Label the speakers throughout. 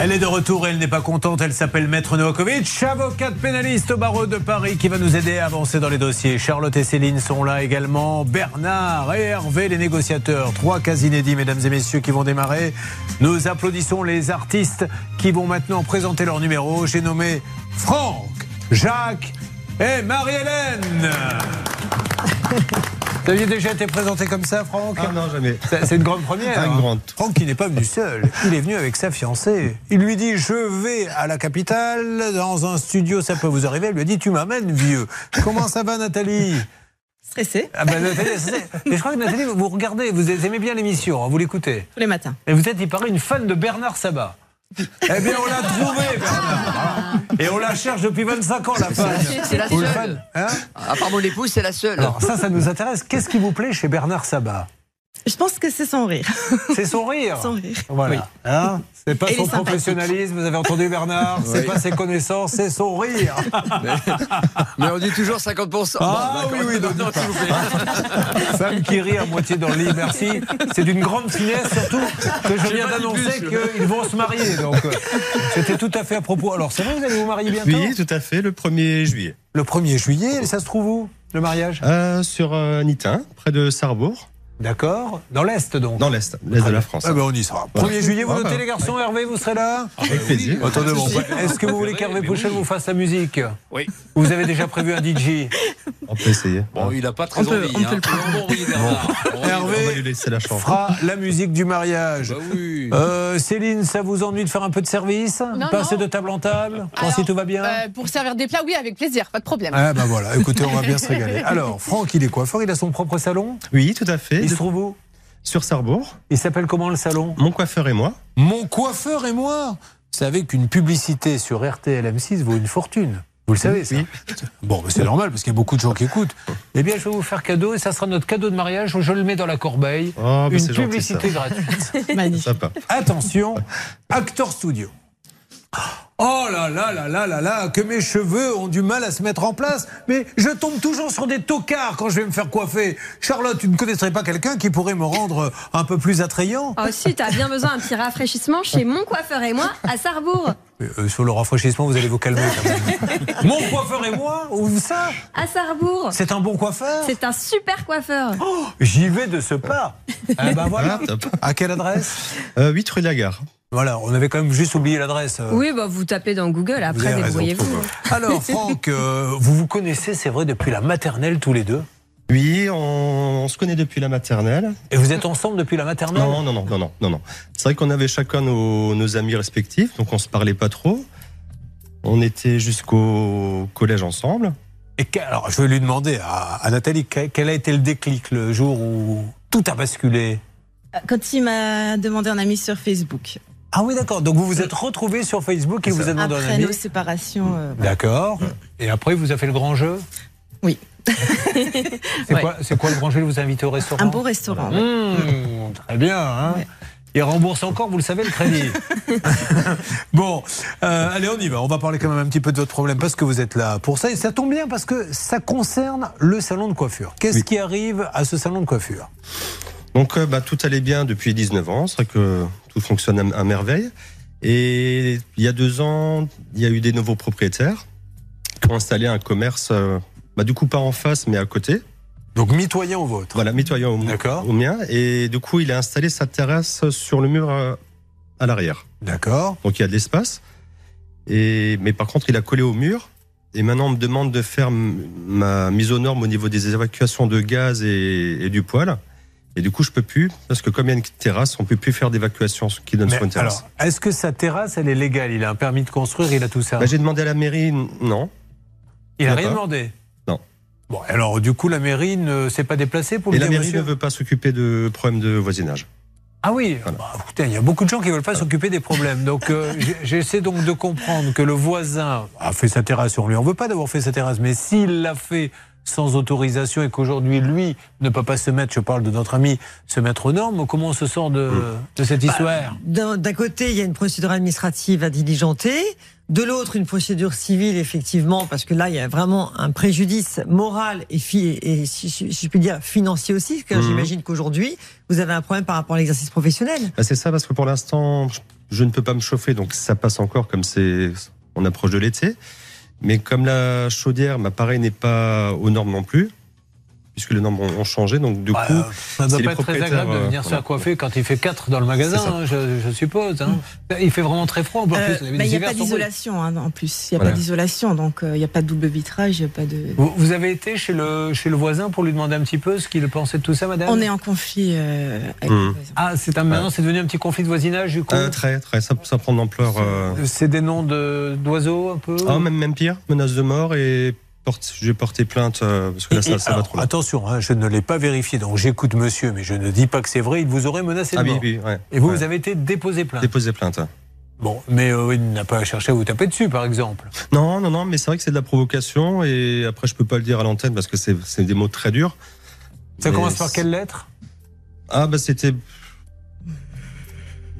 Speaker 1: Elle est de retour et elle n'est pas contente. Elle s'appelle Maître Novakovic, avocate pénaliste au barreau de Paris qui va nous aider à avancer dans les dossiers. Charlotte et Céline sont là également. Bernard et Hervé, les négociateurs. Trois cas inédits, mesdames et messieurs, qui vont démarrer. Nous applaudissons les artistes qui vont maintenant présenter leur numéro. J'ai nommé Franck, Jacques et Marie-Hélène. Vous aviez déjà été présenté comme ça, Franck
Speaker 2: Ah non, jamais.
Speaker 1: C'est c'est une grande première.
Speaker 2: Ah, une
Speaker 1: hein.
Speaker 2: grande.
Speaker 1: Franck, qui n'est pas venu seul. Il est venu avec sa fiancée. Il lui dit Je vais à la capitale, dans un studio, ça peut vous arriver. Elle lui a dit Tu m'amènes, vieux. Comment ça va, Nathalie
Speaker 3: Stressé
Speaker 1: Ah ben, Nathalie, c'est- Mais je crois que Nathalie, vous regardez, vous aimez bien l'émission, hein, vous l'écoutez.
Speaker 3: tous les matins.
Speaker 1: Et vous êtes, il paraît, une fan de Bernard Sabat. Eh bien, on l'a trouvé, Bernard. hein. Et on la cherche depuis 25 ans, la fan.
Speaker 4: C'est la
Speaker 1: Vous le
Speaker 4: seule.
Speaker 1: fan hein
Speaker 4: À part mon épouse, c'est la seule.
Speaker 1: Alors, ça, ça nous intéresse. Qu'est-ce qui vous plaît chez Bernard Sabat
Speaker 3: Je pense que c'est son rire.
Speaker 1: C'est son rire.
Speaker 3: Son rire.
Speaker 1: Voilà. Hein c'est pas
Speaker 3: Et il
Speaker 1: son
Speaker 3: est sympathique.
Speaker 1: professionnalisme, vous avez entendu Bernard, c'est
Speaker 4: Oui.
Speaker 1: pas ses connaissances, c'est son rire.
Speaker 4: Mais on dit toujours 50%.
Speaker 1: Ah,
Speaker 5: bah,
Speaker 4: Bon,
Speaker 1: oui,
Speaker 4: d'accord.
Speaker 1: oui, donc,
Speaker 4: non, s'il vous plaît.
Speaker 1: Femme qui rit à moitié dans le lit, merci. C'est d'une grande finesse, surtout que je viens
Speaker 4: pas dit
Speaker 1: d'annoncer
Speaker 4: plus.
Speaker 1: qu'ils vont se marier. Donc, euh, c'était tout à fait à propos. Alors, c'est vrai, vous allez vous marier bientôt
Speaker 2: Oui, tout à fait, le 1er juillet.
Speaker 1: Le 1er juillet, ça se trouve où, le mariage
Speaker 2: Euh, sur euh, Nitin, près de Sarrebourg,
Speaker 1: D'accord Dans l'Est, donc
Speaker 2: dans l'Est, l'Est de la France.
Speaker 1: Ah ben, on y sera. 1er
Speaker 2: Voilà.
Speaker 1: juillet, vous
Speaker 2: Ah
Speaker 1: notez
Speaker 2: ben.
Speaker 1: les garçons, Hervé, vous serez là
Speaker 2: Avec plaisir.
Speaker 1: Attendez, bon, Est-ce que vous voulez qu'Hervé Pouchel vous fasse la musique
Speaker 5: Oui.
Speaker 1: Vous avez déjà prévu un DJ
Speaker 2: On peut essayer.
Speaker 5: Bon, il n'a pas très
Speaker 3: On peut-
Speaker 5: envie.
Speaker 3: on
Speaker 5: hein.
Speaker 3: peut le prendre.
Speaker 5: On va envoyer Bernard. On va envoyer
Speaker 2: On va lui laisser la chance.
Speaker 1: fera la musique du mariage.
Speaker 5: Bernard. Bah oui.
Speaker 1: Euh, Céline, ça vous ennuie de faire un peu de service
Speaker 6: Non,
Speaker 1: Passer
Speaker 6: non.
Speaker 1: de table en table
Speaker 6: Alors,
Speaker 1: si tout va bien
Speaker 6: euh, Pour servir des plats, oui, avec plaisir, pas de problème.
Speaker 1: Ah ben voilà, écoutez, on va bien se régaler. Alors, Franck, il est coiffeur, il a son propre salon.
Speaker 2: Oui, tout à fait.
Speaker 1: Il se
Speaker 2: de-
Speaker 1: trouve où
Speaker 2: Sur Sarrebourg,
Speaker 1: Il s'appelle comment le salon
Speaker 2: mon coiffeur et moi.
Speaker 1: Mon coiffeur et moi Vous savez qu'une publicité sur RTL M6 vaut une fortune. Vous le savez, ça
Speaker 2: Oui.
Speaker 1: Bon, mais c'est normal, parce qu'il y a beaucoup de gens qui écoutent. Eh bien, je vais vous faire cadeau, et ça sera notre cadeau de mariage, je le mets dans la corbeille.
Speaker 2: Oh, bah,
Speaker 1: une
Speaker 2: c'est gentil, ça.
Speaker 1: publicité gratuite.
Speaker 3: Magnifique.
Speaker 2: Sympa.
Speaker 1: Attention, Actor Studio. Oh là là là là là là, que mes cheveux ont du mal à se mettre en place, mais je tombe toujours sur des tocards quand je vais me faire coiffer. Charlotte, tu ne connaîtrais pas quelqu'un qui pourrait me rendre un peu plus attrayant
Speaker 7: Ah si, t'as bien besoin d'un petit rafraîchissement chez mon coiffeur et moi à Sarrebourg.
Speaker 1: Euh, Sur le rafraîchissement, vous allez vous calmer quand même. Mon coiffeur et moi, ou ça
Speaker 7: À Sarrebourg,
Speaker 1: C'est un bon coiffeur
Speaker 7: c'est un super coiffeur.
Speaker 1: Oh, J'y vais de ce pas. Ah bah voilà.
Speaker 2: Ah, top.
Speaker 1: À quelle adresse
Speaker 2: Euh, 8 rue de la Gare.
Speaker 1: Voilà, on avait quand même juste oublié l'adresse. euh,
Speaker 7: Oui, bah vous tapez dans
Speaker 1: Vous
Speaker 7: Google,
Speaker 1: avez
Speaker 7: après
Speaker 1: raison,
Speaker 7: débrouillez-vous.
Speaker 1: Alors, Franck, euh, vous vous connaissez, c'est vrai, depuis la maternelle tous les deux.
Speaker 2: Oui, on, on se connaît depuis la maternelle.
Speaker 1: Et vous êtes ensemble depuis la maternelle
Speaker 2: Non, non, non, non, non, non. non. C'est vrai qu'on avait chacun nos, nos amis respectifs, donc on se parlait pas trop. On était jusqu'au collège ensemble.
Speaker 1: Et que- alors, je vais lui demander à, à Nathalie que- quel a été le déclic le jour où tout a basculé.
Speaker 3: Quand il m'a demandé un ami sur Facebook,
Speaker 1: Ah oui, d'accord. Donc vous vous êtes retrouvés sur Facebook et
Speaker 2: C'est
Speaker 1: vous
Speaker 2: ça.
Speaker 1: a demandé un
Speaker 3: après
Speaker 1: ami.
Speaker 3: nos séparations, euh, voilà.
Speaker 1: D'accord. Et après, il vous a fait le grand jeu.
Speaker 3: Oui.
Speaker 1: c'est
Speaker 3: Ouais.
Speaker 1: quoi, c'est quoi le grand jeu Il vous a invité au restaurant.
Speaker 3: un beau
Speaker 2: Ah
Speaker 3: restaurant.
Speaker 1: Mmh, très bien. Hein
Speaker 3: Ouais.
Speaker 1: Il rembourse encore, vous le savez, le crédit. bon, euh, allez, on y va. On va parler quand même un petit peu de votre problème parce que vous êtes là pour ça. Et ça tombe bien parce que ça concerne le salon de coiffure. Qu'est-ce
Speaker 2: Oui.
Speaker 1: qui arrive à ce salon de coiffure
Speaker 2: Donc euh, bah, tout allait bien depuis 19 ans, c'est vrai que tout fonctionne à, à merveille. Et il y a deux ans, il y a eu des nouveaux propriétaires qui ont installé un commerce, euh, bah, du coup pas en face mais à côté,
Speaker 1: Donc, mitoyen au vôtre.
Speaker 2: voilà, mitoyen au,
Speaker 1: D'accord.
Speaker 2: au mien. Et du coup, il a installé sa terrasse sur le mur euh, à l'arrière.
Speaker 1: D'accord.
Speaker 2: Donc il y a de l'espace. Et mais par contre, il a collé au mur. Et maintenant, on me demande de faire m- ma mise aux normes au niveau des évacuations de gaz et, et du poêle. Et du coup, je peux plus parce que comme il y a une terrasse, on peut plus faire d'évacuation ce qui donne
Speaker 1: Mais
Speaker 2: sur une terrasse.
Speaker 1: alors, est-ce que sa terrasse, elle est légale Il a un permis de construire, il a tout ça.
Speaker 2: Bah, J'ai demandé à la mairie, n- non.
Speaker 1: il a
Speaker 2: je sais
Speaker 1: rien
Speaker 2: pas.
Speaker 1: demandé.
Speaker 2: Non.
Speaker 1: Bon, alors, du coup, la mairie ne s'est pas déplacée pour
Speaker 2: Et
Speaker 1: lui
Speaker 2: la
Speaker 1: dire,
Speaker 2: mairie
Speaker 1: monsieur-
Speaker 2: ne veut pas s'occuper de problèmes de voisinage.
Speaker 1: Ah oui,
Speaker 2: Voilà.
Speaker 1: bah, putain, il y a beaucoup de gens qui veulent pas s'occuper des problèmes. Donc euh, j'ai- j'essaie donc de comprendre que le voisin a fait sa terrasse, on lui en veut pas d'avoir fait sa terrasse, mais s'il l'a fait sans autorisation et qu'aujourd'hui lui ne peut pas se mettre, je parle de notre ami, se mettre aux normes, comment on se
Speaker 2: Hmm. Bah,
Speaker 1: sort de, de cette histoire
Speaker 8: D'un d'un côté, il y a une procédure administrative à diligenter. De l'autre, une procédure civile, effectivement, parce que là, il y a vraiment un préjudice moral et, fi- et si, si- si je puis dire, financier aussi, parce que
Speaker 2: Mhm.
Speaker 8: j'imagine qu'aujourd'hui, vous avez un problème par rapport à l'exercice professionnel.
Speaker 2: Bah, c'est ça, parce que pour l'instant, je ne peux pas me chauffer, donc ça passe encore comme c'est, on approche de l'été. Mais comme la chaudière, ma pareille n'est pas aux normes non plus, puisque les normes ont ont changé, donc du
Speaker 1: Bah,
Speaker 2: coup,
Speaker 1: ça ne
Speaker 2: c'est
Speaker 1: doit
Speaker 2: les
Speaker 1: pas être très
Speaker 2: propriétaires,
Speaker 1: agréable de
Speaker 2: euh,
Speaker 1: venir se
Speaker 2: voilà.
Speaker 1: faire coiffer quand il fait 4 dans le magasin,
Speaker 2: C'est ça. Hmm.
Speaker 1: hein, je, je suppose. hein. Il fait vraiment très froid. En plus,
Speaker 3: Euh,
Speaker 1: les
Speaker 3: bah, Il n'y a
Speaker 1: hivers
Speaker 3: pas
Speaker 1: sont rudes.
Speaker 3: d'isolation hein, en plus. Il n'y a
Speaker 2: Voilà.
Speaker 3: pas d'isolation, donc euh, il n'y a pas de double vitrage, il n'y a pas de.
Speaker 1: Vous, vous avez été chez le, chez le voisin pour lui demander un petit peu ce qu'il pensait de tout ça, madame
Speaker 3: On est en conflit euh, avec
Speaker 2: Hmm.
Speaker 3: les voisins.
Speaker 1: Ah, c'est un, maintenant, c'est devenu un petit conflit de voisinage, du coup
Speaker 2: euh, très, très, ça, ça prend de l'ampleur. euh,
Speaker 1: C'est des noms de- d'oiseaux, un peu
Speaker 2: Ah, même, même pire, menace de mort et porte, j'ai porté plainte euh, parce que là,
Speaker 1: Et-
Speaker 2: ça,
Speaker 1: et
Speaker 2: ça va
Speaker 1: alors,
Speaker 2: trop loin.
Speaker 1: Attention, hein, je ne l'ai pas vérifié, donc j'écoute monsieur, mais je ne dis pas que c'est vrai, il vous aurait menacé de
Speaker 2: Ah oui,
Speaker 1: mort.
Speaker 2: oui, ouais.
Speaker 1: Et vous,
Speaker 2: Ouais.
Speaker 1: vous avez été déposé plainte.
Speaker 2: déposé plainte.
Speaker 1: Bon, mais euh, il n'a pas cherché à vous taper dessus, par exemple.
Speaker 2: Non, non, non, mais c'est vrai que c'est de la provocation et après, je peux pas le dire à l'antenne parce que c'est c'est des mots très durs.
Speaker 1: Ça
Speaker 2: Mais
Speaker 1: commence par
Speaker 2: c'est-
Speaker 1: quelle lettre
Speaker 2: Ah, bah, c'était.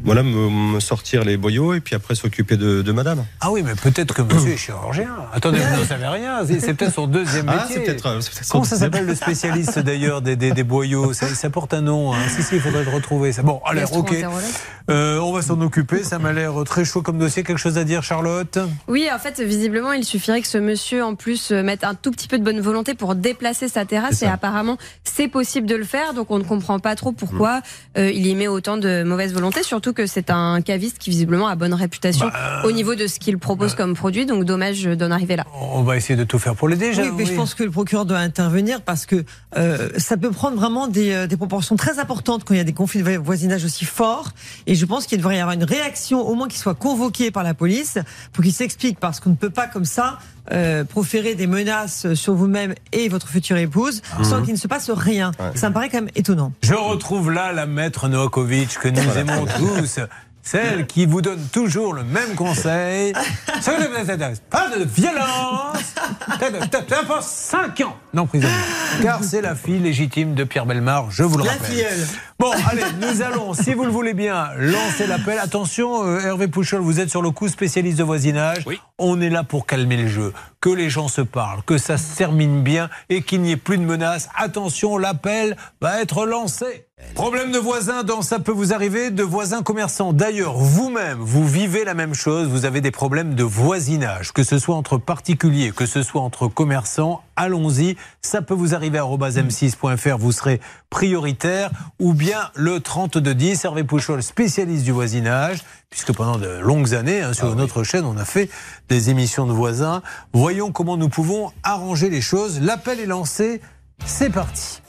Speaker 2: Voilà, me, me sortir les boyaux et puis après s'occuper de, de madame.
Speaker 1: Ah oui, mais peut-être que monsieur est chirurgien. Attendez, vous n'en savez rien. C'est c'est peut-être son deuxième métier.
Speaker 2: Ah, c'est peut-être. euh, c'est peut-être son
Speaker 1: Comment ça
Speaker 2: deuxième.
Speaker 1: s'appelle le spécialiste d'ailleurs des, des, des boyaux ça, ça porte un nom. hein. Si, si, il faudrait le retrouver. Ça. Bon, alors, ok.
Speaker 7: Gastro-entérologue.
Speaker 1: Euh, on va s'en occuper. Ça m'a l'air très chaud comme dossier. Quelque chose à dire, Charlotte
Speaker 7: Oui, en fait, visiblement, il suffirait que ce monsieur, en plus, euh, mette un tout petit peu de bonne volonté pour déplacer sa terrasse.
Speaker 2: C'est
Speaker 7: Et
Speaker 2: ça.
Speaker 7: apparemment, c'est possible de le faire. Donc, on ne comprend pas trop pourquoi euh, il y met autant de mauvaise volonté. Surtout que c'est un caviste qui, visiblement, a bonne réputation
Speaker 1: Bah.
Speaker 7: au niveau de ce qu'il propose comme produit. Donc, dommage euh, d'en arriver là.
Speaker 1: On va essayer de tout faire pour l'aider.
Speaker 8: Oui,
Speaker 1: j'avoue,
Speaker 8: mais je
Speaker 1: oui.
Speaker 8: pense que le procureur doit intervenir parce que euh, ça peut prendre vraiment des, euh, des proportions très importantes quand il y a des conflits de vo- voisinage aussi forts. Et je pense qu'il devrait y avoir une réaction, au moins qu'il soit convoqué par la police pour qu'il s'explique parce qu'on ne peut pas comme ça euh, proférer des menaces sur vous-même et votre future épouse sans qu'il ne se passe rien.
Speaker 2: Ouais.
Speaker 8: Ça me paraît quand même étonnant.
Speaker 1: Je retrouve là la maître Novakovic que nous aimons tous. Celle qui vous donne toujours le même conseil. Ce que vous intéresse, Pas de violence. T'as de- t'as- t'as pour 5 ans d'emprisonnement. Car c'est la fille légitime de Pierre Belmar, je vous le
Speaker 8: La
Speaker 1: rappelle.
Speaker 8: filleule.
Speaker 1: Bon, allez, nous allons, si vous le voulez bien, lancer l'appel. Attention, euh, Hervé Pouchol, vous êtes sur le coup spécialiste de voisinage.
Speaker 5: Oui.
Speaker 1: On est là pour calmer le jeu, que les gens se parlent, que ça se termine bien et qu'il n'y ait plus de menaces. Attention, l'appel va être lancé. Problème de voisins dans ça peut vous arriver, de voisins commerçants. D'ailleurs, vous-même, vous vivez la même chose, vous avez des problèmes de voisinage, que ce soit entre particuliers, que ce soit entre commerçants, allons-y, ça peut vous arriver à m6.fr, vous serez prioritaire, ou bien le 3210, Hervé Pouchol, spécialiste du voisinage, puisque pendant de longues années, hein, sur notre chaîne, on a fait des émissions de voisins. Voyons comment nous pouvons arranger les choses. L'appel est lancé, c'est parti.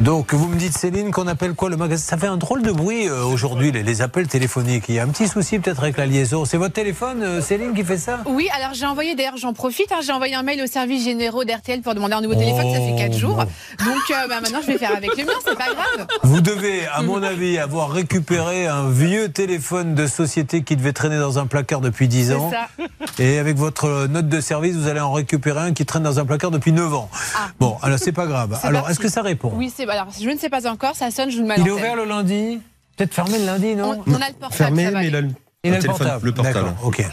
Speaker 1: Donc, vous me dites, Céline, qu'on appelle quoi le magasin Ça fait un drôle de bruit euh, aujourd'hui, les, les appels téléphoniques. Il y a un petit souci peut-être avec la liaison. C'est votre téléphone, euh, Céline, qui fait ça
Speaker 6: Oui, alors j'ai envoyé, d'ailleurs j'en profite, hein, j'ai envoyé un mail aux services généraux d'RTL pour demander un nouveau téléphone, ça fait
Speaker 1: Oh.
Speaker 6: 4 jours. Donc euh, bah, maintenant je vais faire avec le mien, c'est pas grave.
Speaker 1: Vous devez, à mon avis, avoir récupéré un vieux téléphone de société qui devait traîner dans un placard depuis 10 ans.
Speaker 6: C'est ça.
Speaker 1: Et avec votre euh, note de service, vous allez en récupérer un qui traîne dans un placard depuis 9 ans. Bon, alors c'est pas grave.
Speaker 6: Ah. C'est
Speaker 1: Alors,
Speaker 6: parti.
Speaker 1: est-ce que ça répond
Speaker 6: Oui, c'est alors je ne sais pas encore, ça sonne, je vous le mets à
Speaker 1: Il est
Speaker 6: l'antenne.
Speaker 1: ouvert le lundi Peut-être fermé le lundi, non
Speaker 6: on, on a le portable,
Speaker 2: Fermé,
Speaker 6: ça va
Speaker 2: mais
Speaker 6: aller.
Speaker 2: il a le,
Speaker 1: Il
Speaker 2: le
Speaker 1: a le
Speaker 2: téléphone,
Speaker 1: portable.
Speaker 2: le portable.
Speaker 1: D'accord, ok.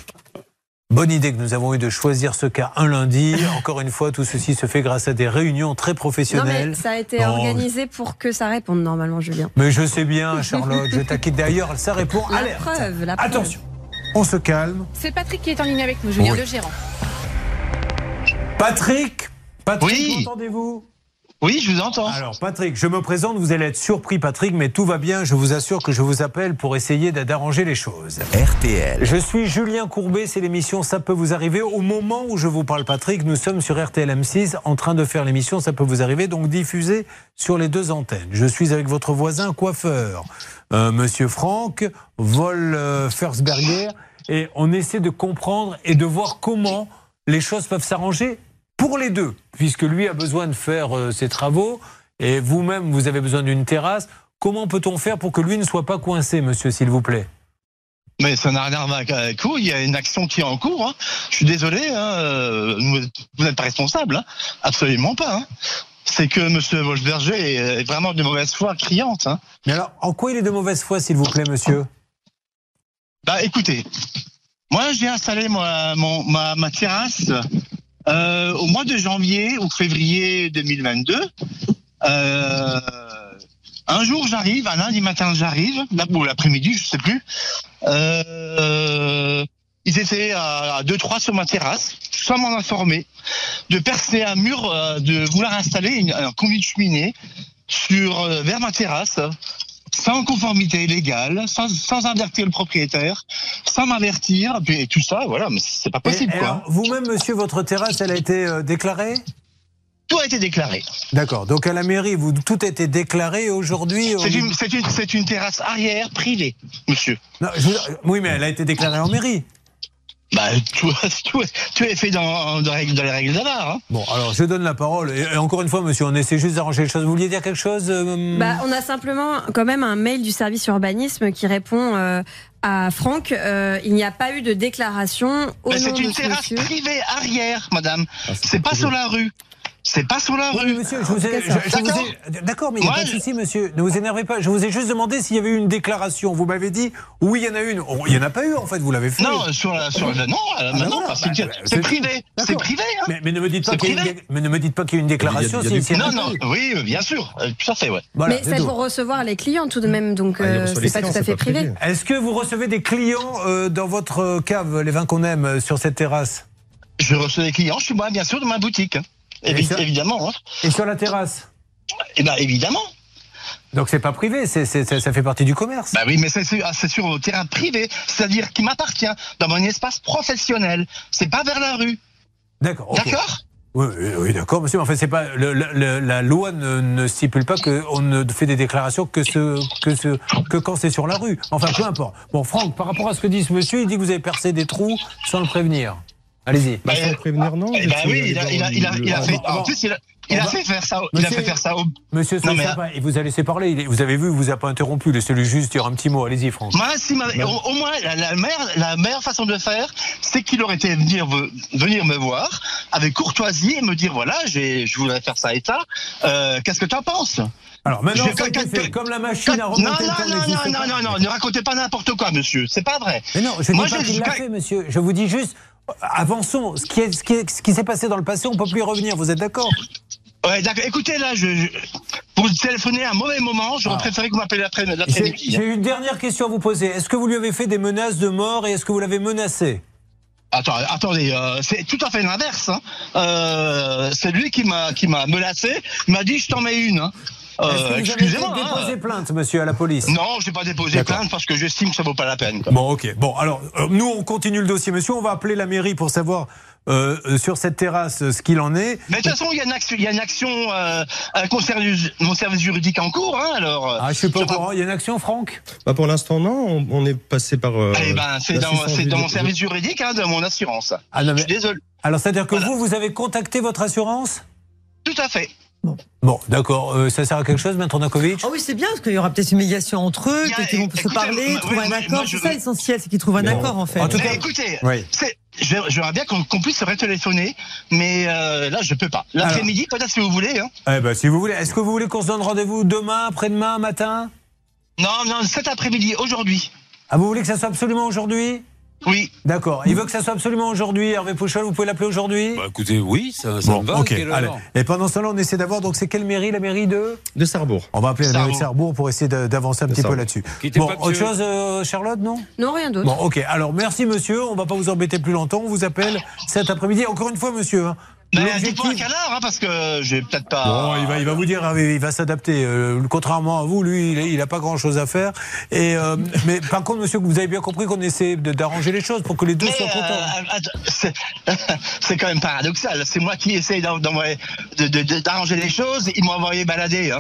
Speaker 1: Bonne idée que nous avons eue de choisir ce cas un lundi. Encore une fois, tout ceci se fait grâce à des réunions très
Speaker 7: Non,
Speaker 1: professionnelles.
Speaker 7: mais ça a été
Speaker 1: Non,
Speaker 7: organisé pour que ça réponde normalement, Julien.
Speaker 1: mais... je sais bien, Charlotte, je t'inquiète. D'ailleurs, ça répond.
Speaker 7: La
Speaker 1: Alerte.
Speaker 7: preuve, la preuve.
Speaker 1: Attention, on se calme.
Speaker 6: C'est Patrick qui est en ligne avec nous, Julien,
Speaker 1: Oui.
Speaker 6: le gérant.
Speaker 1: Patrick Patrick,
Speaker 9: Oui.
Speaker 1: entendez-vous
Speaker 9: Oui, je vous entends.
Speaker 1: Alors, Patrick, je me présente, vous allez être surpris, Patrick, mais tout va bien. Je vous assure que je vous appelle pour essayer d'a- d'arranger les choses. RTL. Je suis Julien Courbet, c'est l'émission Ça peut vous arriver. Au moment où je vous parle, Patrick, nous sommes sur RTL M6 en train de faire l'émission Ça peut vous arriver, donc diffusée sur les deux antennes. Je suis avec votre voisin coiffeur, euh, monsieur Franck, Vol euh, Fersberger, et on essaie de comprendre et de voir comment les choses peuvent s'arranger pour les deux, puisque lui a besoin de faire euh, ses travaux et vous-même, vous avez besoin d'une terrasse. Comment peut-on faire pour que lui ne soit pas coincé, monsieur, s'il vous plaît
Speaker 9: Mais ça n'a rien à voir avec un coup. Il y a une action qui est en cours. hein. Je suis désolé. hein, euh, nous- Vous n'êtes pas responsable. hein. Absolument pas. hein. C'est que Monsieur Wolfberger est est vraiment de mauvaise foi criante. hein.
Speaker 1: Mais alors, en quoi il est de mauvaise foi, s'il vous plaît, monsieur
Speaker 9: Bah, écoutez, Moi, j'ai installé moi, mon, ma, ma terrasse euh, au mois de janvier ou février 2022. Euh, un jour, j'arrive, un lundi matin, j'arrive, là- ou l'après-midi, je sais plus. Euh, ils étaient à 2-3 sur ma terrasse, sans m'en informer, de percer un mur, euh, de vouloir installer une, un combi de cheminée sur, euh, vers ma terrasse, sans conformité légale, sans, sans avertir le propriétaire, sans m'avertir, et puis- et tout ça, voilà, mais c'est pas possible,
Speaker 1: Et
Speaker 9: quoi.
Speaker 1: alors, Vous-même, monsieur, votre terrasse, elle a été euh, déclarée
Speaker 9: Tout a été déclaré.
Speaker 1: D'accord. Donc à la mairie, vous, tout a été déclaré. et Aujourd'hui, euh, on-
Speaker 9: C'est une, c'est une- c'est une terrasse arrière privée, monsieur.
Speaker 1: Non, je vous- oui, mais elle a été déclarée en mairie.
Speaker 9: Bah, tout, tout, tout est fait dans, dans, les- dans les règles de l'art. Hein.
Speaker 1: Bon, alors je donne la parole. Et, et encore une fois, monsieur, on essaie juste d'arranger les choses. Vous vouliez dire quelque chose euh,
Speaker 7: Bah, on a simplement quand même un mail du service urbanisme qui répond euh, à Franck. euh, il n'y a pas eu de déclaration au
Speaker 9: Mais
Speaker 7: nom
Speaker 9: Bah, c'est
Speaker 7: de
Speaker 9: une
Speaker 7: ce
Speaker 9: terrasse
Speaker 7: Oh monsieur.
Speaker 9: privée arrière, madame.
Speaker 2: Ah,
Speaker 9: C'est pas sur la rue. C'est pas sur la
Speaker 7: Oh,
Speaker 1: Oui, mais
Speaker 9: rue.
Speaker 1: monsieur, je vous ai.
Speaker 7: En tout cas,
Speaker 1: je- je vous ai-
Speaker 9: D'accord.
Speaker 1: D'accord, mais il n'y a
Speaker 9: Ouais,
Speaker 1: pas de
Speaker 9: je-
Speaker 1: souci, monsieur. Ne vous énervez pas. Je vous ai juste demandé s'il y avait eu une déclaration. Vous m'avez dit, oui, il y en a une. Oh, Il n'y en a pas eu, en fait, vous l'avez fait.
Speaker 9: Non, sur la, sur la, non, là,
Speaker 1: bah
Speaker 9: non,
Speaker 1: voilà,
Speaker 9: pas- c'est
Speaker 1: bah,
Speaker 9: une-
Speaker 1: bah,
Speaker 9: c'est
Speaker 1: c'est-
Speaker 9: privé. C'est
Speaker 1: d'accord.
Speaker 9: privé, hein.
Speaker 1: Mais, mais ne me dites pas
Speaker 9: C'est
Speaker 1: qu'il y a une,
Speaker 9: privé.
Speaker 1: dé- mais ne me dites pas qu'il y a une déclaration.
Speaker 2: Il y a- il y a
Speaker 1: si- si-
Speaker 9: Non, non, oui, oui, bien sûr, euh, tout à fait, ouais.
Speaker 1: Voilà,
Speaker 7: Mais
Speaker 1: c'est
Speaker 7: c'est
Speaker 1: tout.
Speaker 7: pour recevoir les clients tout de même, donc
Speaker 2: Ah, il
Speaker 7: euh,
Speaker 2: reçoit les
Speaker 7: c'est pas
Speaker 2: clients,
Speaker 7: tout à fait privé.
Speaker 1: Est-ce que vous recevez des clients euh, dans votre euh, cave, les vins qu'on aime, euh, sur cette terrasse
Speaker 9: Je reçois des clients chez moi, bien sûr, de ma boutique. hein. Évi-
Speaker 1: Et ça-
Speaker 9: évidemment, hein.
Speaker 1: et sur la terrasse
Speaker 9: Eh ben, évidemment.
Speaker 1: Donc c'est pas privé, c'est- c'est- ça- ça fait partie du commerce.
Speaker 9: Bah oui, mais c'est sur, ah, c'est sur un terrain privé, c'est-à-dire qui m'appartient, dans mon espace professionnel. C'est pas vers la rue,
Speaker 1: D'accord. ok.
Speaker 9: d'accord
Speaker 1: Oui, oui, oui, d'accord, monsieur. Mais en fait, c'est pas le- le- le- la loi ne, ne stipule pas qu'on ne fait des déclarations que ce que ce que quand c'est sur la rue. Enfin, peu importe. Bon, Franck, par rapport à ce que dit ce monsieur, il dit que vous avez percé des trous sans le prévenir. Allez-y.
Speaker 2: Bah,
Speaker 9: Bah,
Speaker 2: sans le prévenir, non
Speaker 9: Eh ben
Speaker 2: parce que
Speaker 9: oui,
Speaker 2: les
Speaker 9: il
Speaker 2: gens,
Speaker 9: a, il a, il a, il a
Speaker 2: le-
Speaker 9: fait.
Speaker 1: Ah, bon.
Speaker 9: En plus, il a,
Speaker 2: bah,
Speaker 9: il
Speaker 1: On
Speaker 9: a
Speaker 1: va-
Speaker 9: fait faire ça. au- Il a
Speaker 1: Monsieur-
Speaker 9: fait faire ça. au-
Speaker 1: Monsieur, soyez
Speaker 9: mais- euh,
Speaker 1: sympa. Il vous a laissé parler. Il est- vous avez vu, il vous a pas interrompu. Laissez-lui juste dire un petit mot. Allez-y, Franck.
Speaker 9: Moi, si ma-
Speaker 2: bah,
Speaker 9: au, au moins, la, la meilleure, la meilleure façon de faire, c'est qu'il aurait été venir, ve- venir me voir avec courtoisie et me dire voilà, j'ai, je voudrais faire ça et ça. Euh, qu'est-ce que tu en penses
Speaker 1: Alors maintenant,
Speaker 9: Je-
Speaker 1: ça a été
Speaker 9: quand-
Speaker 1: fait
Speaker 9: quand-
Speaker 1: comme la
Speaker 9: Non,
Speaker 1: machine à
Speaker 9: non,
Speaker 1: remonter
Speaker 9: non,
Speaker 1: le temps
Speaker 9: non,
Speaker 1: n'existe pas.
Speaker 9: non, non, non, ne racontez pas n'importe quoi, monsieur. C'est pas vrai.
Speaker 1: Mais non, je ne
Speaker 9: Moi,
Speaker 1: dis pas
Speaker 9: je-
Speaker 1: qu'il l'a
Speaker 9: je-
Speaker 1: fait, monsieur. Je vous dis juste, euh, avançons. Ce qui est- ce qui est- ce qui s'est passé dans le passé, on peut plus y revenir. Vous êtes d'accord
Speaker 9: Ouais, d'accord. Écoutez, là, je, je- pour téléphoner à un mauvais moment, j'aurais
Speaker 1: Ah.
Speaker 9: préféré que vous m'appeliez après,
Speaker 1: J'ai
Speaker 9: l'après-midi.
Speaker 1: j'ai une dernière question à vous poser. Est-ce que vous lui avez fait des menaces de mort et est-ce que vous l'avez menacé
Speaker 9: Attends, attendez, euh, c'est tout à fait l'inverse. Hein. Euh, c'est lui qui m'a qui m'a menacé, il m'a dit je t'en mets une. Hein.
Speaker 1: Est-ce que vous
Speaker 9: Euh,
Speaker 1: avez
Speaker 9: Excusez-moi.
Speaker 1: fait
Speaker 9: hein.
Speaker 1: déposer plainte, monsieur, à la police
Speaker 9: Non, j'ai pas déposé
Speaker 1: D'accord.
Speaker 9: plainte parce que j'estime que ça vaut pas la peine. quoi.
Speaker 1: Bon, ok. Bon, alors, euh, nous, on continue le dossier, monsieur. On va appeler la mairie pour savoir euh, euh, sur cette terrasse euh, ce qu'il en est.
Speaker 9: Mais de toute façon, il y a une action, il y a une action euh, euh, concernant ju- mon service juridique en cours. Hein, alors, euh,
Speaker 1: Ah, je suis pas au
Speaker 9: je-
Speaker 1: courant. Il y a une action, Franck
Speaker 2: Bah, pour l'instant, non. On, on est passé par. euh,
Speaker 9: eh ben, c'est
Speaker 1: bah,
Speaker 9: dans,
Speaker 2: l'assistance
Speaker 9: c'est dans mon
Speaker 2: juridique.
Speaker 9: service juridique, hein, de mon assurance.
Speaker 1: Ah non,
Speaker 9: Je
Speaker 1: mais.
Speaker 9: suis désolé.
Speaker 1: Alors, c'est-à-dire que
Speaker 9: Voilà.
Speaker 1: vous, vous avez contacté votre assurance
Speaker 9: Tout à fait.
Speaker 1: Bon, d'accord. Euh, ça sert à quelque chose, Maître Nakovic
Speaker 8: Ah oui, c'est bien, parce qu'il y aura peut-être une médiation entre eux,
Speaker 9: Il y a-
Speaker 8: peut-être qu'ils vont se
Speaker 9: écoutez,
Speaker 8: parler,
Speaker 9: moi,
Speaker 8: trouver
Speaker 9: oui,
Speaker 8: un
Speaker 9: moi,
Speaker 8: accord.
Speaker 9: moi, je-
Speaker 8: C'est ça l'essentiel, c'est qu'ils trouvent un
Speaker 1: Bon.
Speaker 8: accord, en fait.
Speaker 1: En tout
Speaker 9: Eh,
Speaker 1: cas-
Speaker 9: écoutez,
Speaker 1: Oui.
Speaker 9: c'est- je- j'aimerais bien qu'on qu'on puisse se retéléphoner, mais euh, là, je peux pas. L'après-midi, peut-être si vous voulez. Hein.
Speaker 1: Eh ben, si vous voulez. Est-ce que vous voulez qu'on se donne rendez-vous demain, après-demain, matin
Speaker 9: Non, non, cet après-midi, aujourd'hui.
Speaker 1: Ah, vous voulez que ça soit absolument aujourd'hui
Speaker 9: Oui.
Speaker 1: D'accord. Il veut que ça soit absolument aujourd'hui. Hervé Pouchol, vous pouvez l'appeler aujourd'hui
Speaker 5: Bah écoutez, oui, ça, ça
Speaker 1: Bon,
Speaker 5: me va.
Speaker 1: ok,
Speaker 5: quelle
Speaker 1: allez.
Speaker 5: heure
Speaker 1: Et pendant ce temps-là, on essaie d'avoir. Donc, c'est quelle mairie La mairie de
Speaker 2: De Sarrebourg.
Speaker 1: On va appeler la
Speaker 9: Sarrebourg.
Speaker 1: mairie de Sarrebourg pour essayer de- d'avancer un petit peu
Speaker 2: Sarrebourg.
Speaker 1: là-dessus.
Speaker 5: Quittez
Speaker 1: Bon,
Speaker 5: pas,
Speaker 1: autre
Speaker 5: monsieur.
Speaker 1: chose, euh, Charlotte, non
Speaker 7: Non, rien d'autre.
Speaker 1: Bon, ok. Alors, merci, monsieur. On va pas vous embêter plus longtemps. On vous appelle cet après-midi. Encore une fois, monsieur. hein.
Speaker 9: Ben,
Speaker 1: L'objectif-
Speaker 9: dites-moi à quelle heure, hein, parce que j'ai peut-être pas.
Speaker 1: Bon, il va, il va vous dire, ah oui, il va s'adapter. Euh, contrairement à vous, lui, il, il a pas grand-chose à faire. Et euh, mais par contre, monsieur, vous avez bien compris qu'on essaie de- d'arranger les choses pour que les deux
Speaker 9: Mais,
Speaker 1: soient
Speaker 9: euh,
Speaker 1: contents.
Speaker 9: attends, c'est- c'est quand même paradoxal. C'est moi qui essaye d'en- d'envoyer- de- de- de- d'arranger les choses. Il m'a envoyé balader. hein.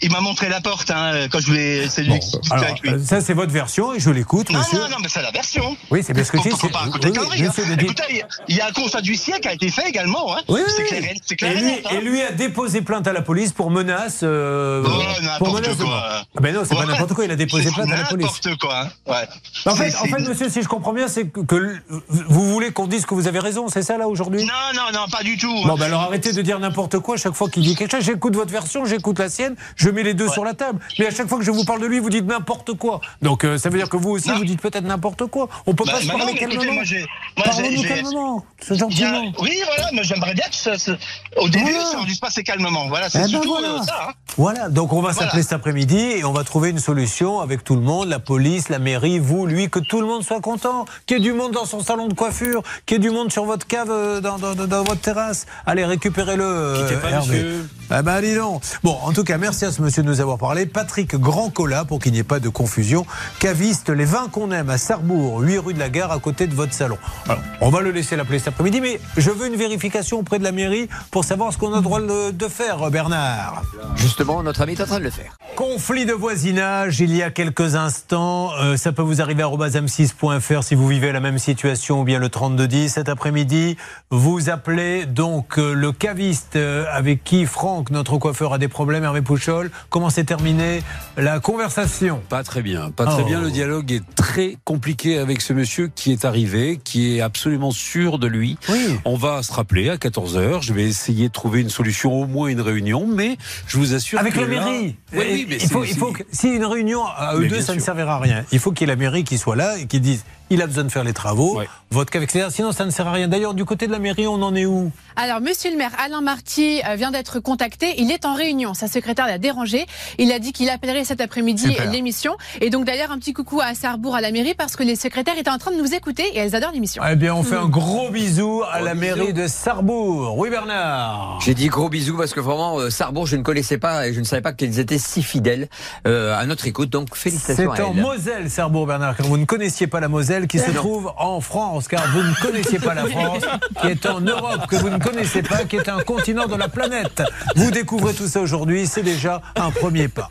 Speaker 9: Il m'a montré la porte hein, quand je vais. C'est lui
Speaker 1: Bon,
Speaker 9: qui qui était
Speaker 1: alors,
Speaker 9: avec lui.
Speaker 1: euh, ça, c'est votre version et je l'écoute,
Speaker 9: non,
Speaker 1: monsieur.
Speaker 9: non, non, mais c'est la version.
Speaker 1: Oui, c'est bien ce que je dis.
Speaker 9: Faut- faut
Speaker 1: c'est-
Speaker 9: pas raconter
Speaker 1: oui,
Speaker 9: de
Speaker 1: oui,
Speaker 9: conneries, hein.
Speaker 1: monsieur, mais dites-
Speaker 9: Écoutez, il y a- il y a un constat du siècle qui a été fait également. Hein.
Speaker 1: Oui, oui,
Speaker 9: c'est
Speaker 1: oui.
Speaker 9: clair, et- c'est clair
Speaker 1: Et
Speaker 9: et
Speaker 1: lui,
Speaker 9: net, hein.
Speaker 1: et lui a déposé plainte à la police pour menace. euh,
Speaker 9: Oh,
Speaker 1: pour
Speaker 9: n'importe
Speaker 1: menace de
Speaker 9: quoi.
Speaker 1: mort. Ah ben non, c'est pas
Speaker 9: Ouais.
Speaker 1: n'importe quoi, il a déposé
Speaker 9: C'est
Speaker 1: plainte à la police.
Speaker 9: N'importe quoi. hein. Ouais.
Speaker 1: En fait,
Speaker 9: C'est-
Speaker 1: en fait,
Speaker 9: c'est-
Speaker 1: monsieur, si je comprends bien, c'est que, que l- vous voulez qu'on dise que vous avez raison, c'est ça là aujourd'hui
Speaker 9: Non, non, non, pas du tout. hein.
Speaker 1: Bon, ben alors arrêtez de dire n'importe quoi chaque fois qu'il dit quelque chose. J'écoute votre version, j'écoute la sienne, Je mets les deux sur la table. Mais à chaque fois que je vous parle de lui, vous dites n'importe quoi. Donc euh, ça veut dire que vous aussi,
Speaker 9: Non.
Speaker 1: vous dites peut-être n'importe quoi. On peut
Speaker 9: Bah,
Speaker 1: pas se
Speaker 9: bah non,
Speaker 1: parler
Speaker 9: mais écoutez,
Speaker 1: calmement.
Speaker 9: moi j'ai. moi, j'ai-
Speaker 1: Parlons-nous
Speaker 9: j'ai-
Speaker 1: calmement. C'est
Speaker 9: il y a-
Speaker 1: gentiment.
Speaker 9: Oui, voilà, mais j'aimerais bien que ça, se- au début,
Speaker 1: Voilà.
Speaker 9: ça, on dise pas c'est calmement. Voilà,
Speaker 1: Eh
Speaker 9: c'est
Speaker 1: ben
Speaker 9: surtout
Speaker 1: voilà.
Speaker 9: euh, ça. hein.
Speaker 1: Voilà, donc on va
Speaker 9: Voilà.
Speaker 1: s'appeler cet après-midi et on va trouver une solution avec tout le monde, la police, la mairie, vous, lui, que tout le monde soit content, qu'il y ait du monde dans son salon de coiffure, qu'il y ait du monde sur votre cave, euh, dans, dans- dans- dans votre terrasse. Allez, récupérez-le. euh,
Speaker 5: Quittez pas,
Speaker 1: Hervé.
Speaker 5: monsieur.
Speaker 1: Ah ben dis donc. Bon, en tout cas, merci à ce monsieur de nous avoir parlé. Patrick Grandcola, pour qu'il n'y ait pas de confusion, caviste, les vins qu'on aime à Sarrebourg, 8 rue de la Gare, à côté de votre salon. Alors, on va le laisser l'appeler cet après-midi, mais je veux une vérification auprès de la mairie pour savoir ce qu'on a le droit de de faire, Bernard.
Speaker 4: Justement, notre ami est en train de le faire.
Speaker 1: Conflit de voisinage, il y a quelques instants. Euh, ça peut vous arriver à m6.fr si vous vivez la même situation ou bien le 3210. Cet après-midi, vous appelez donc euh, le caviste euh, avec qui Franck, notre coiffeur, a des problèmes, Hervé Pouchol. Comment s'est terminée la conversation
Speaker 5: Pas très bien, pas très
Speaker 1: Oh.
Speaker 5: bien. Le dialogue est très compliqué avec ce monsieur qui est arrivé, qui est absolument sûr de lui.
Speaker 1: Oui.
Speaker 5: On va se rappeler à 14h. Je vais essayer de trouver une solution, au moins une réunion, mais je vous assure
Speaker 1: Avec
Speaker 5: que
Speaker 1: la
Speaker 5: là-
Speaker 1: mairie.
Speaker 5: Oui, oui, mais
Speaker 1: il faut,
Speaker 5: c'est-
Speaker 1: il faut
Speaker 5: c'est-
Speaker 1: que, si une réunion à eux
Speaker 5: Mais
Speaker 1: deux,
Speaker 5: bien
Speaker 1: ça ne
Speaker 5: sûr.
Speaker 1: servira à rien. Il faut qu'il y ait la mairie qui soit là et qui dise il a besoin de faire les travaux,
Speaker 5: Ouais.
Speaker 1: votre cave, etc. Sinon, ça ne sert à rien. D'ailleurs, du côté de la mairie, on en est où
Speaker 6: Alors, monsieur le maire Alain Marty euh, vient d'être contacté. Il est en réunion. Sa secrétaire l'a dérangé. Il a dit qu'il appellerait cet après-midi
Speaker 1: Super.
Speaker 6: l'émission. Et donc, d'ailleurs, un petit coucou à Sarrebourg, à la mairie, parce que les secrétaires étaient en train de nous écouter et elles adorent l'émission.
Speaker 1: Eh bien, on fait un gros bisou à
Speaker 4: Gros
Speaker 1: la
Speaker 4: bisou.
Speaker 1: mairie de Sarrebourg. Oui, Bernard.
Speaker 4: J'ai dit gros bisous parce que vraiment, euh, Sarrebourg, je ne connaissais pas et je ne savais pas qu'ils étaient si fidèles euh, à notre écoute. Donc,
Speaker 1: C'est
Speaker 4: félicitations à
Speaker 1: en
Speaker 4: elle.
Speaker 1: Moselle, Sarrebourg, Bernard, car vous ne connaissiez pas la Moselle qui se
Speaker 4: Non.
Speaker 1: trouve en France, car vous ne connaissiez pas la France, qui est en Europe, que vous ne connaissez pas, qui est un continent de la planète. Vous découvrez tout ça aujourd'hui, c'est déjà un premier pas.